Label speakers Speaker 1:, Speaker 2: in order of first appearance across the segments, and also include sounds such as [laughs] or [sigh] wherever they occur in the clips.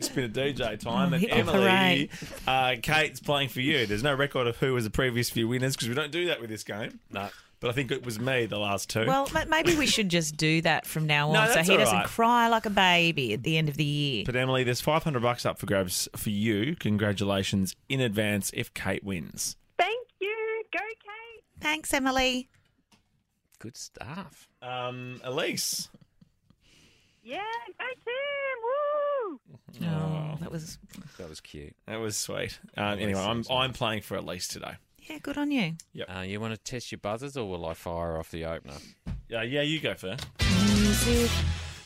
Speaker 1: It's been a DJ time,
Speaker 2: Oh,
Speaker 1: and
Speaker 2: hit the
Speaker 1: Emily,
Speaker 2: parade.
Speaker 1: uh, Kate's playing for you. There's no record of who was the previous few winners because we don't do that with this game.
Speaker 3: No.
Speaker 1: But I think it was me the last two.
Speaker 2: [laughs] Well, ma- maybe we should just do that from now on,
Speaker 1: No,
Speaker 2: so
Speaker 1: that's
Speaker 2: he
Speaker 1: all
Speaker 2: doesn't
Speaker 1: right.
Speaker 2: cry like a baby at the end of the year.
Speaker 1: but Emily, there's 500 bucks up for grabs for you. Congratulations in advance if Kate wins.
Speaker 4: Thank you. Go, Kate.
Speaker 2: Thanks, Emily.
Speaker 3: Good stuff.
Speaker 1: Um, Elise,
Speaker 4: Yeah, go Tim. Woo.
Speaker 2: Oh, that was
Speaker 3: That was cute.
Speaker 1: that was sweet. Um, anyway, I'm I'm playing for Elise today.
Speaker 2: yeah, good on you.
Speaker 3: Uh, you want to test your buzzers, or will I fire off the opener?
Speaker 1: Yeah, yeah, you go first.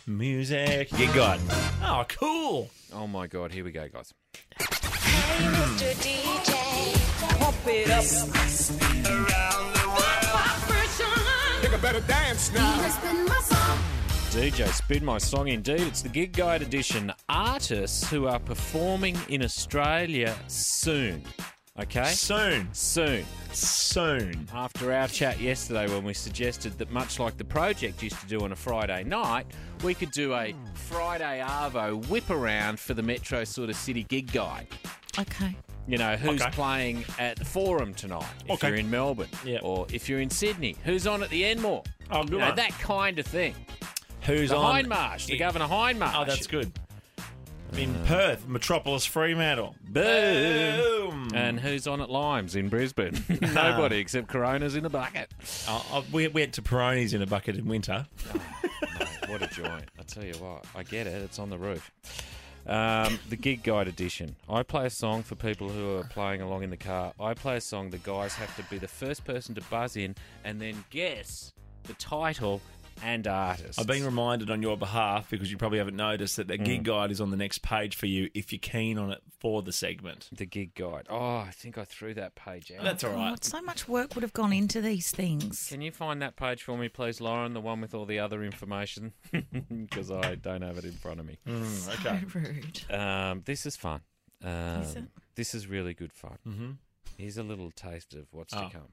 Speaker 1: Music, you got. it. Oh, cool.
Speaker 3: Oh my god, here we go, guys. DJ Spin My Song Indeed. It's the Gig Guide edition. Artists who are performing in Australia soon. Okay?
Speaker 1: Soon,
Speaker 3: Soon.
Speaker 1: soon.
Speaker 3: After our chat yesterday, when we suggested that much like the project used to do on a Friday night, we could do a Friday Arvo whip around for the Metro sort of city gig guide.
Speaker 2: Okay.
Speaker 3: You know, who's
Speaker 1: Okay.
Speaker 3: playing at the Forum tonight if
Speaker 1: Okay.
Speaker 3: you're in Melbourne?
Speaker 1: Yeah.
Speaker 3: Or if you're in Sydney, who's on at the Enmore?
Speaker 1: Oh, good
Speaker 3: You know,
Speaker 1: one.
Speaker 3: that kind of thing.
Speaker 1: Who's
Speaker 3: The
Speaker 1: on?
Speaker 3: Hindmarsh, the
Speaker 1: Yeah.
Speaker 3: Governor Hindmarsh.
Speaker 1: Oh, that's good. In Perth, Metropolis Fremantle.
Speaker 3: Boom.
Speaker 1: Boom.
Speaker 3: And who's on at Limes in
Speaker 1: [laughs]
Speaker 3: Brisbane? [laughs] Nobody except Corona's in a bucket.
Speaker 1: Uh, uh, we went to Peroni's in a bucket in winter.
Speaker 3: What a joint. I tell you what, I get it. It's on the roof. Um, the Gig Guide Edition. I play a song for people who are playing along in the car. I play a song the guys have to be the first person to buzz in and then guess the title and artist.
Speaker 1: I've been reminded on your behalf because you probably haven't noticed that the gig guide is on the next page for you if you're keen on it for the segment.
Speaker 3: the Gig Guide. Oh, I think I threw that page out.
Speaker 1: That's all right.
Speaker 2: God, so much work would have gone into these things.
Speaker 3: Can you find that page for me, please, Lauren? The one with all the other information? [laughs] Because I don't have it in front of me.
Speaker 1: Okay.
Speaker 2: So [laughs] rude.
Speaker 3: Um, this is fun. Um,
Speaker 2: it?
Speaker 3: This is really good fun. Mm-hmm. Here's a little taste of what's
Speaker 1: Oh.
Speaker 3: to come.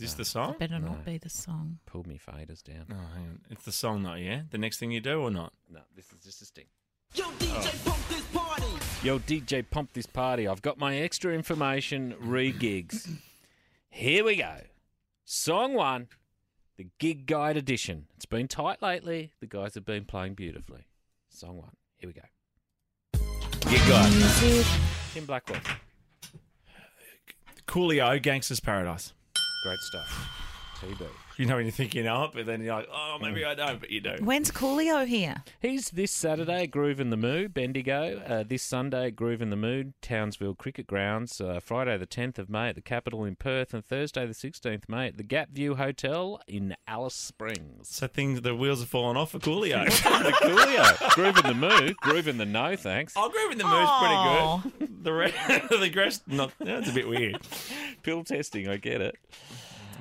Speaker 1: Is this the song?
Speaker 2: Better
Speaker 3: No.
Speaker 2: not be the song.
Speaker 3: Pulled me faders down.
Speaker 1: Oh, hang on. It's the song though, yeah? The next thing you do or not?
Speaker 3: No, this is just a sting. Oh.
Speaker 5: Yo, DJ, pump this party.
Speaker 3: Yo, DJ, pump this party. I've got my extra information re gigs. Here we go. Song one, the gig guide edition. It's been tight lately. The guys have been playing beautifully. Song one. Here we go.
Speaker 1: Gig guide.
Speaker 3: Tim Blackwell.
Speaker 1: Coolio, Gangster's Paradise.
Speaker 3: Great stuff. TB.
Speaker 1: You know when you think you know it, but then you're like, oh, maybe I don't, but you do.
Speaker 2: When's Coolio here?
Speaker 3: He's this Saturday at Groove in the Mood, Bendigo. Uh, this Sunday at Groove in the Mood, Townsville Cricket Grounds. Uh, Friday the 10th of May at the Capitol in Perth, and Thursday the 16th May at the Gap View Hotel in Alice Springs.
Speaker 1: So things, the wheels have fallen off for Coolio.
Speaker 3: the coolio. [laughs] Groove in the Mood, Groove in the No, thanks.
Speaker 1: I'll agree with the mood's pretty good. [laughs] The rest, [laughs] the rest, not. That's a bit weird.
Speaker 3: Pill testing, I get it.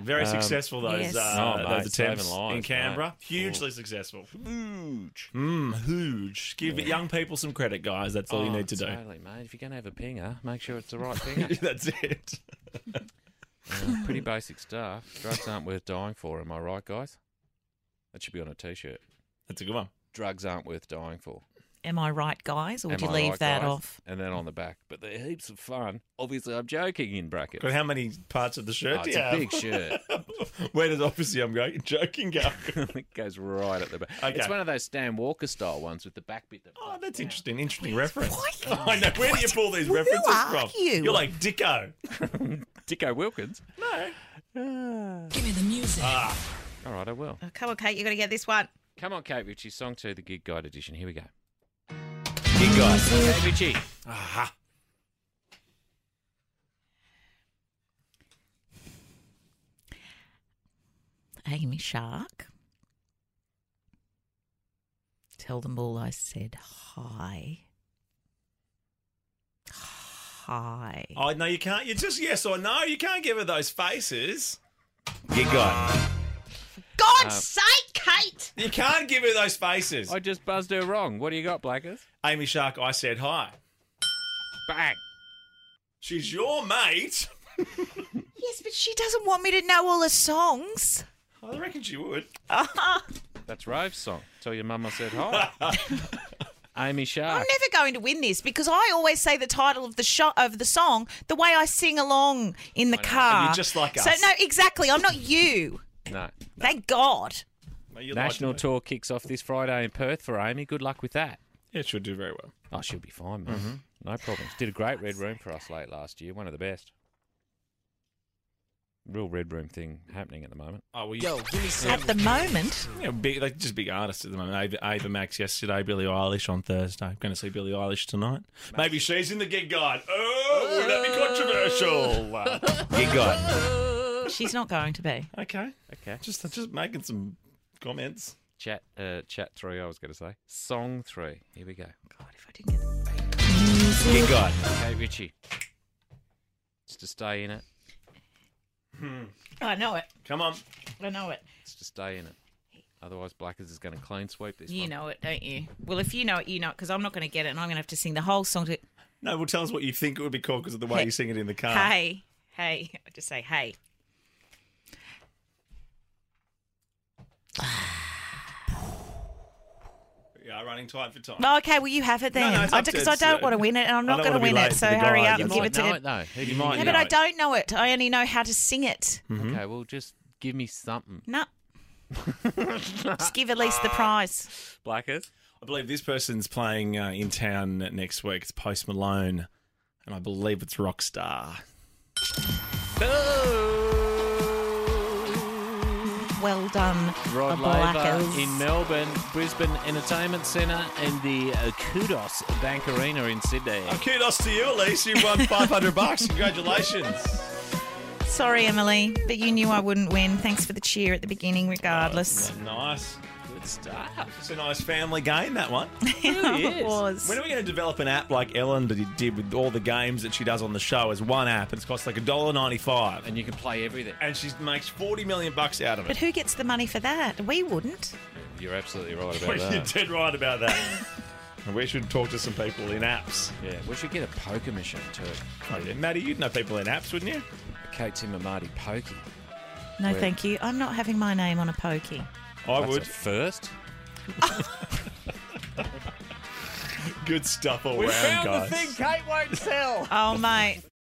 Speaker 1: Very successful those
Speaker 2: Yes.
Speaker 1: uh,
Speaker 3: Oh, mate,
Speaker 1: those attempts
Speaker 3: saving lives,
Speaker 1: in Canberra.
Speaker 3: mate.
Speaker 1: Hugely successful. Huge. Mm, huge. Give young people some credit, guys. That's all you need to do.
Speaker 3: Oh, Totally, mate. If you're going to have a pinger, make sure it's the right pinger.
Speaker 1: [laughs] That's it.
Speaker 3: Uh, pretty basic stuff. Drugs aren't worth dying for, am I right, guys? That should be on a t shirt.
Speaker 1: That's a good one.
Speaker 3: Drugs aren't worth dying for.
Speaker 2: Am I right, guys? Or would
Speaker 3: Am
Speaker 2: you
Speaker 3: I
Speaker 2: leave
Speaker 3: right,
Speaker 2: that
Speaker 3: guys?
Speaker 2: off?
Speaker 3: And then on the back. But they're heaps of fun. Obviously, I'm joking in brackets.
Speaker 1: Got how many parts of the shirt?
Speaker 3: Oh,
Speaker 1: do
Speaker 3: it's
Speaker 1: you
Speaker 3: a
Speaker 1: have? [laughs]
Speaker 3: big shirt. [laughs]
Speaker 1: Where does obviously I'm going? [laughs] Joking, go.
Speaker 3: it goes right at the back.
Speaker 1: Okay.
Speaker 3: It's one of those Stan Walker style ones with the back bit. That
Speaker 1: Oh, that's interesting. Interesting reference. [laughs] I know. Where do you pull these references
Speaker 2: are
Speaker 1: from?
Speaker 2: you?
Speaker 1: You're like Dicko.
Speaker 3: [laughs] Dicko Wilkins. Ah.
Speaker 1: No. Ah.
Speaker 5: Give me the music.
Speaker 3: All right, I will.
Speaker 2: Oh, come on, Kate, you got to get this one.
Speaker 3: Come on, Kate Ritchie, song two, the Gig Guide edition. Here we go.
Speaker 1: Gig guy.
Speaker 3: Kate Ritchie.
Speaker 1: Aha.
Speaker 2: Amy Shark. Tell them all I said hi. Hi.
Speaker 1: Oh no, you can't. You just yes or no. You can't give her those faces. Gig guy.
Speaker 2: God's
Speaker 1: uh,
Speaker 2: sake, Kate!
Speaker 1: You can't give her those faces.
Speaker 3: I just buzzed her wrong. What do you got, Blackers?
Speaker 1: Amy Shark, I said hi.
Speaker 3: Bang.
Speaker 1: She's your mate.
Speaker 2: Yes, but she doesn't want me to know all the songs.
Speaker 1: I reckon she would. [laughs]
Speaker 3: That's Rove's song. Tell your mum I said hi.
Speaker 2: I'm
Speaker 3: Amy
Speaker 1: Uh,
Speaker 3: Shark.
Speaker 2: never going to win this because I always say the title of the sho of the song the way I sing along in the car.
Speaker 1: you're just like
Speaker 2: So
Speaker 1: us.
Speaker 2: no, exactly. I'm not you.
Speaker 3: no.
Speaker 2: Thank God.
Speaker 1: Mate, you lied to
Speaker 3: National
Speaker 1: me.
Speaker 3: tour kicks off this Friday in Perth for Amy. Good luck with that.
Speaker 1: Yeah, it should do very well.
Speaker 3: Oh, she'll be fine, mate. No problems. Did a great red room for us late last year. One of the best. Real red room thing happening at the moment.
Speaker 1: Oh, well, you,
Speaker 5: Yo, give me some.
Speaker 2: At the moment,
Speaker 1: Yeah, big, like just big artists at the moment. Ava, Ava Max yesterday, Billie Eilish on Thursday. Going to see Billie Eilish tonight. Maybe she's in the gig guide. Oh, would that be controversial?
Speaker 5: [laughs]
Speaker 1: gig guide.
Speaker 2: she's not going to be.
Speaker 1: Okay,
Speaker 3: Okay.
Speaker 1: just just making some comments.
Speaker 3: Chat, uh, chat three. I was going to say song three. Here we go.
Speaker 2: God, Oh, if I didn't get
Speaker 1: Gig guide.
Speaker 3: Okay, Richie. It's to stay in it.
Speaker 2: I know it.
Speaker 1: Come on.
Speaker 2: I know it.
Speaker 3: It's to stay in it. Otherwise, Blackers is going to clean sweep this.
Speaker 2: You
Speaker 3: one.
Speaker 2: know it, don't you? Well, if you know it, you know it because I'm not going to get it and I'm going to have to sing the whole song to
Speaker 1: No, well, tell us what you think it would be called because of the way
Speaker 2: Hey.
Speaker 1: you sing it in the car.
Speaker 2: Hey, hey. [laughs] I just say hey.
Speaker 1: We are running tight for time.
Speaker 2: Oh, okay, well, you have it
Speaker 1: No,
Speaker 2: then.
Speaker 1: no, it's up to-
Speaker 2: Because I
Speaker 1: it's,
Speaker 2: don't
Speaker 1: uh,
Speaker 2: want to win it and I'm
Speaker 1: I don't
Speaker 2: not going to
Speaker 1: wanna be
Speaker 2: win
Speaker 1: late
Speaker 2: it.
Speaker 1: to
Speaker 2: So
Speaker 1: the
Speaker 2: hurry
Speaker 1: guy.
Speaker 2: up
Speaker 1: You
Speaker 2: and
Speaker 1: might
Speaker 2: give it to
Speaker 3: know
Speaker 2: him.
Speaker 3: it though. Who do
Speaker 1: You
Speaker 3: you
Speaker 1: might
Speaker 3: might
Speaker 2: [laughs] Yeah, Mm-hmm.
Speaker 1: know
Speaker 2: but I
Speaker 1: it.
Speaker 2: don't know it. I only know how to
Speaker 1: [laughs]
Speaker 2: sing it.
Speaker 3: Okay, well, just give me something.
Speaker 2: No. Just give at
Speaker 1: Ah.
Speaker 2: least the prize.
Speaker 3: Blackers.
Speaker 1: I believe this person's playing uh, in town next week. It's Post Malone, and I believe it's Rockstar.
Speaker 2: Well done,
Speaker 3: Rod
Speaker 2: the
Speaker 3: Laver
Speaker 2: Blackers.
Speaker 3: in Melbourne, Brisbane Entertainment Centre, and the uh, Kudos Bank Arena in Sydney.
Speaker 1: Oh, kudos to you, Elise. You won 500 bucks. Congratulations.
Speaker 2: Sorry, Emily, but you knew I wouldn't win. Thanks for the cheer at the beginning, regardless.
Speaker 1: Nice.
Speaker 3: Good start.
Speaker 1: It's a nice family game, that one.
Speaker 2: it was.
Speaker 1: When are we going to develop an app like Ellen did did with all the games that she does on the show as one app? It's cost like $1.95.
Speaker 3: And you can play everything.
Speaker 1: And she makes 40 million bucks out of
Speaker 2: But
Speaker 1: it.
Speaker 2: who gets the money for that? We wouldn't.
Speaker 3: You're absolutely right
Speaker 1: Well,
Speaker 3: about
Speaker 1: You're
Speaker 3: that.
Speaker 1: dead right about that. and [laughs] we should talk to some people in apps.
Speaker 3: Yeah, we should get a poker mission too.
Speaker 1: Oh, yeah, Maddie, you'd know people in apps, wouldn't you?
Speaker 3: Kate Timamati pokey.
Speaker 2: No,
Speaker 3: Well-
Speaker 2: thank you. I'm not having my name on a pokey.
Speaker 1: I
Speaker 3: That's
Speaker 1: would.
Speaker 3: a first.
Speaker 1: Good stuff all round, guys.
Speaker 3: Kate won't sell.
Speaker 2: Oh, mate.